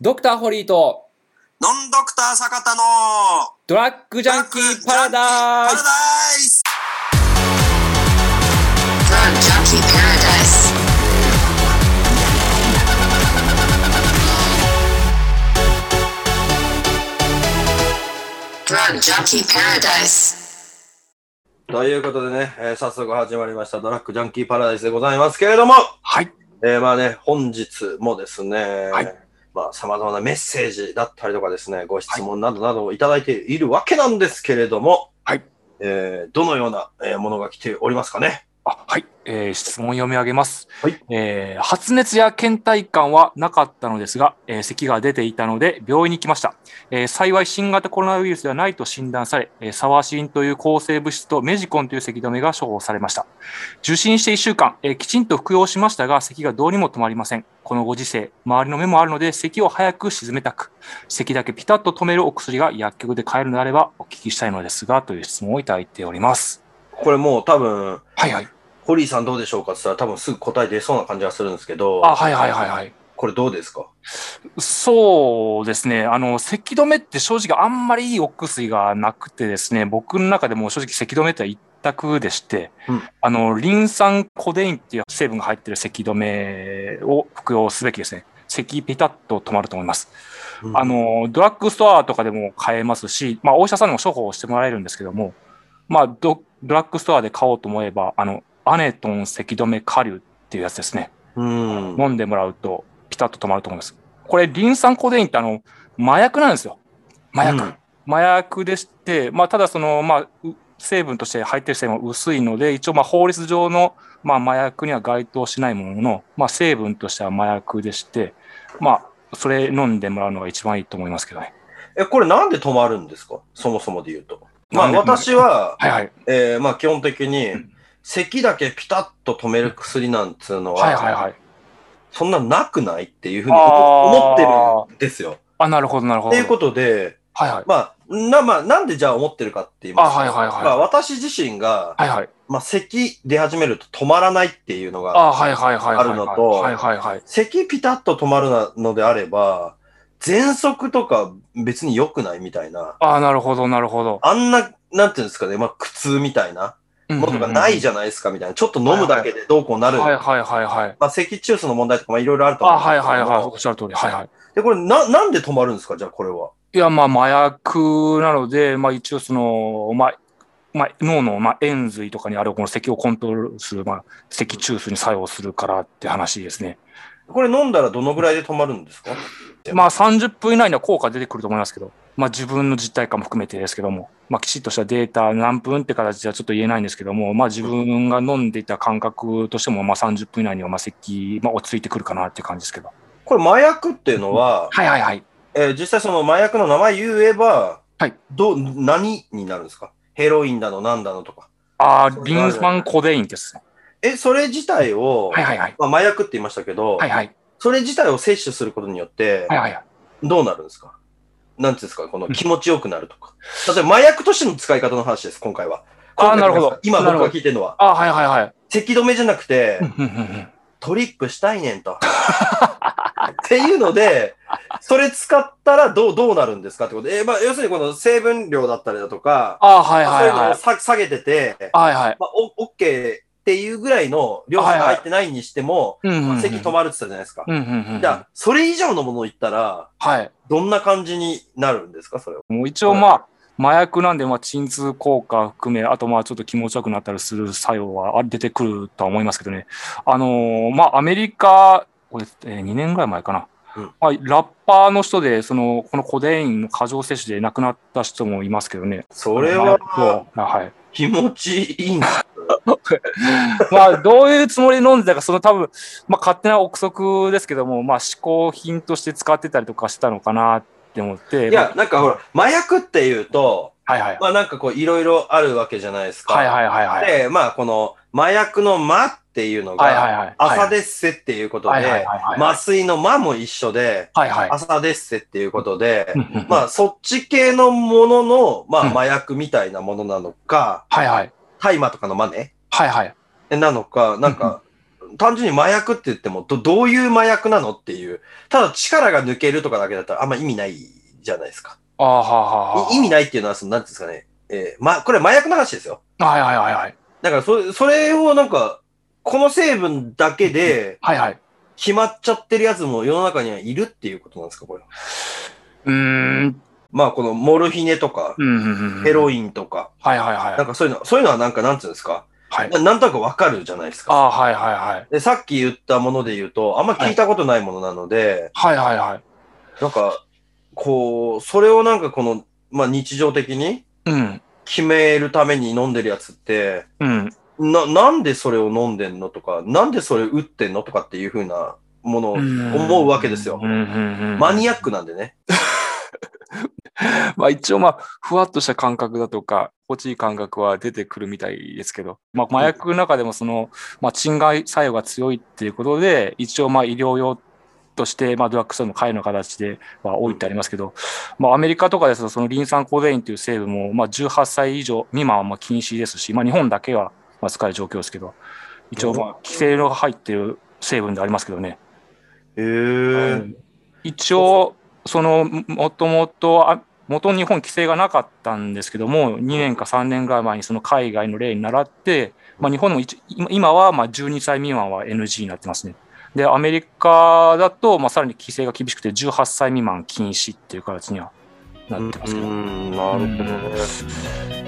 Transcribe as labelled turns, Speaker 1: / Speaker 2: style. Speaker 1: ドクターホリーと
Speaker 2: ノンドクター坂田の
Speaker 1: ドラッグジャンキーパラダイ
Speaker 2: パラ
Speaker 1: ス
Speaker 2: ダイス
Speaker 3: Drug Junkie Paradise.
Speaker 4: ということでね、えー早速始まりましたドラッグジャンキーパラダイスでございますけれども、
Speaker 5: はい。
Speaker 4: えーまあね、本日もですね、
Speaker 5: はい
Speaker 4: まあ様々なメッセージだったりとかですね、ご質問などなどをいただいているわけなんですけれども、
Speaker 5: はい。
Speaker 4: えーどのようなえーものが来ておりますかね。
Speaker 5: あはい、えー質問読み上げます、
Speaker 4: はい
Speaker 5: えー発熱や倦怠感はなかったのですが、えー咳が出ていたので病院に来ました、えー幸い新型コロナウイルスではないと診断され、えーサワシンという抗生物質とメジコンという咳止めが処方されました受診して1週間、えーきちんと服用しましたが咳がどうにも止まりませんこのご時世周りの目もあるので咳を早く沈めたく咳だけピタッと止めるお薬が薬局で買えるのであればお聞きしたいのですがという質問をいただいております
Speaker 4: これもう多分、
Speaker 5: はいはい
Speaker 4: ホリーさんどうでしょうかって言ったら多分すぐ答え出そうな感じがするんですけど、
Speaker 5: あはいはいはいはい
Speaker 4: これどうですか
Speaker 5: そうですね、あの咳止めって正直、あんまりいいお薬がなくてですね、僕の中でも正直、咳止めって一択でして、
Speaker 4: うん
Speaker 5: あのリン酸コデインっていう成分が入ってる咳止めを服用すべきですね。咳ピタッと止まると思います。あ、の、ドラッグストアとかでも買えますし、まあ、お医者さんにも処方してもらえるんですけども、まあ、ドドラッグストアで買おうと思えば、あの、アネトン咳止め顆粒っていうやつですね。
Speaker 4: うん。
Speaker 5: 飲んでもらうと、ピタッと止まると思います。これ、リン酸コデインってあの、麻薬なんですよ。麻薬。
Speaker 4: うん
Speaker 5: 麻薬でして、まあ、ただその、まあ、う成分として入ってる成分は薄いので、一応、まあ、法律上の、まあ、麻薬には該当しないものの、まあ、成分としては麻薬でして、まあ、それ飲んでもらうのが一番いいと思いますけどね。
Speaker 4: え、これなんで止まるんですかそもそもで言うと。ま
Speaker 5: な
Speaker 4: あ
Speaker 5: んで止まる
Speaker 4: 私は、
Speaker 5: はいはい。
Speaker 4: えーまあ基本的に
Speaker 5: うん、
Speaker 4: 咳だけピタッと止める薬なんつうの
Speaker 5: はいはい
Speaker 4: は、
Speaker 5: はい。
Speaker 4: そんななくないっていうふうに
Speaker 5: あー
Speaker 4: 思思ってるんですよ。
Speaker 5: あ、なるほど、なるほ
Speaker 4: っ
Speaker 5: ど。
Speaker 4: ていうことで、
Speaker 5: はいはい。
Speaker 4: まあ、な、まあ、なんでじゃあ思ってるかって言いますと
Speaker 5: あはいはいはい
Speaker 4: まあ私自身が、
Speaker 5: はいはい。
Speaker 4: まあ咳出始めると止まらないっていうのが、
Speaker 5: あ、はいはいはいはい。
Speaker 4: あるのと
Speaker 5: はいはいはい。
Speaker 4: 咳ピタッと止まるなのであれば、喘息とか別に良くないみたいな、
Speaker 5: あ、なるほど、なるほど。
Speaker 4: あんな、なんていうんですかね、まあ苦痛みたいな。ものがない
Speaker 5: ゃ
Speaker 4: じゃないですかみたいな。ちょっと飲むだけでどうこうなる。
Speaker 5: はいはいはいはい。
Speaker 4: まあ、咳中枢の問題とか、まあ、いろいろあると思
Speaker 5: あ、
Speaker 4: うんです
Speaker 5: は
Speaker 4: け
Speaker 5: い
Speaker 4: ども
Speaker 5: はいはい。おっしゃる通り。はいはい。
Speaker 4: で、これ、な、なんで止まるんですかじゃあ、これは。
Speaker 5: いや、まあ、麻薬なので、まあ、一応、その、まあ、まあ、脳の、まあ、延髄とかにあるこの咳をコントロールする、まあ、咳中枢に作用するからって話ですね。
Speaker 4: これ飲んだらどのぐらいで止まるんですか
Speaker 5: まあ、30分以内には効果出てくると思いますけど、まあ、自分の実態感も含めてですけども、まあ、きちっとしたデータ、何分って形ではちょっと言えないんですけども、まあ、自分が飲んでいた感覚としても、まあ、30分以内には、まあ、咳、まあ、落ち着いてくるかなっていう感じですけど。
Speaker 4: これ、麻薬っていうのは、
Speaker 5: はいはいはい。
Speaker 4: えー実際その麻薬の名前言えば、
Speaker 5: はい。
Speaker 4: ど、何になるんですかヘロインだの、なんだのとか。
Speaker 5: ああ、リン酸コデインですね。
Speaker 4: え、それ自体を、
Speaker 5: はいはいはい。
Speaker 4: まあ、麻薬って言いましたけど、
Speaker 5: はいはい。
Speaker 4: それ自体を摂取することによって
Speaker 5: は、いはいはい。
Speaker 4: どうなるんですかなんていうんですかこの気持ちよくなるとか。例えば麻薬としての使い方の話です、今回は。
Speaker 5: あーなるほど
Speaker 4: 今
Speaker 5: なる
Speaker 4: 僕
Speaker 5: ほ
Speaker 4: が
Speaker 5: ど
Speaker 4: 聞いてるのは。
Speaker 5: あ、はいはいはい。
Speaker 4: 咳止めじゃなくて
Speaker 5: う、んうんうんうん
Speaker 4: トリップしたいねんと。っていうので、それ使ったらどう、どうなるんですかってことで、えーまあ、要するにこの成分量だったりだとか、
Speaker 5: あ、はいはい
Speaker 4: そういうの
Speaker 5: は
Speaker 4: を
Speaker 5: い。
Speaker 4: さ下げてて、
Speaker 5: はいはい。
Speaker 4: まあ、オッケーっていうぐらいの量しか入ってないにしても、
Speaker 5: うんうんうん。
Speaker 4: 咳止まるって言ったじゃないですか。
Speaker 5: うんうんうん。
Speaker 4: じゃあ、それ以上のものを言ったら、
Speaker 5: はい。
Speaker 4: どんな感じになるんですかそれは。
Speaker 5: もう一応まあ、麻薬なんで、まあ、鎮痛効果含め、あとまあ、ちょっと気持ちよくなったりする作用はあ出てくるとは思いますけどね。あのーまあ、アメリカ、これ、え2年ぐらい前かな。
Speaker 4: うん
Speaker 5: まあ、ラッパーの人で、その、このコデインの過剰摂取で亡くなった人もいますけどね。
Speaker 4: それ
Speaker 5: ま
Speaker 4: は、
Speaker 5: あはい。
Speaker 4: 気持ちいいんだ。
Speaker 5: まあ、どういうつもりで飲んでたか、その多分、まあ、勝手な憶測ですけども、まあ、嗜好品として使ってたりとかしたのかなって思って、
Speaker 4: いや、なんかほら、麻薬っていうと、
Speaker 5: はいはい。
Speaker 4: まあなんかこう、いろいろあるわけじゃないですか。
Speaker 5: はいはいはいはい。
Speaker 4: で、まあこの、麻薬の魔っていうの
Speaker 5: はいはい
Speaker 4: が、
Speaker 5: はい。
Speaker 4: 朝デッセっていうこと
Speaker 5: はいはい
Speaker 4: で、
Speaker 5: はいはい。
Speaker 4: 麻酔の魔も一緒で、
Speaker 5: はいはい。
Speaker 4: 朝デッセっていうことで
Speaker 5: う、んうん
Speaker 4: まあそっち系のものの、まあ
Speaker 5: うん
Speaker 4: 麻薬みたいなものなのか、
Speaker 5: はいはい。
Speaker 4: 大麻とかのマネ
Speaker 5: はいはい。
Speaker 4: なのか、なんか、単純に麻薬って言っても、ど、どういう麻薬なのっていう。ただ力が抜けるとかだけだったらあんま意味ないじゃないですか。
Speaker 5: あーはあはあ。
Speaker 4: い意味ないっていうのは、その、なんていうんですかね。えーま、これ麻薬の話ですよ。
Speaker 5: はいはいはいはい。
Speaker 4: だから、それ、それをなんか、この成分だけで
Speaker 5: はいはい。
Speaker 4: 決まっちゃってるやつも世の中にはいるっていうことなんですか、これは。
Speaker 5: うーん。
Speaker 4: まあ、このモルヒネとか、
Speaker 5: うんうんうん。
Speaker 4: ヘロ
Speaker 5: イン。
Speaker 4: インとか、
Speaker 5: はいはいはい。
Speaker 4: なんかそういうの、そういうのはなんか、なんていうんですか。
Speaker 5: はい。
Speaker 4: ななんとなくわかるじゃないですか。
Speaker 5: ああー、はいはいはい。
Speaker 4: で、さっき言ったもので言うと、あんま聞いたことないものなので、
Speaker 5: はいはいはい。
Speaker 4: なんか、こう、それをなんかこの、まあ日常的に
Speaker 5: うん。
Speaker 4: 決めるために飲んでるやつって、
Speaker 5: うん。
Speaker 4: な、なんでそれを飲んでんのとか、なんでそれ打ってんのとかっていう風なものを思うわけですよ
Speaker 5: うん。うんうん。
Speaker 4: マニアックなんでね。
Speaker 5: まあ一応まあ、ふわっとした感覚だとか、心地いい感覚は出てくるみたいですけど、まあ麻薬の中でもその、まあ鎮害作用が強いっていうことで、一応まあ医療用として、まあドラッグストアの会の形では多いってありますけど、まあアメリカとかですと、そのリン酸コデインという成分も、まあ18歳以上未満はまあ禁止ですし、まあ日本だけはまあ使える状況ですけど、一応まあ規制の入っている成分でありますけどね。
Speaker 4: へー。
Speaker 5: 一応、そのもともと、あ元日本規制がなかったんですけども、2年か3年ぐらい前にその海外の例に倣って、まあ、日本も一今今はまあ12歳未満は NG になってますね。で、アメリカだと、まあ、さらに規制が厳しくて、18歳未満禁止っていう形にはなってますけど。
Speaker 4: うーんなるほどね。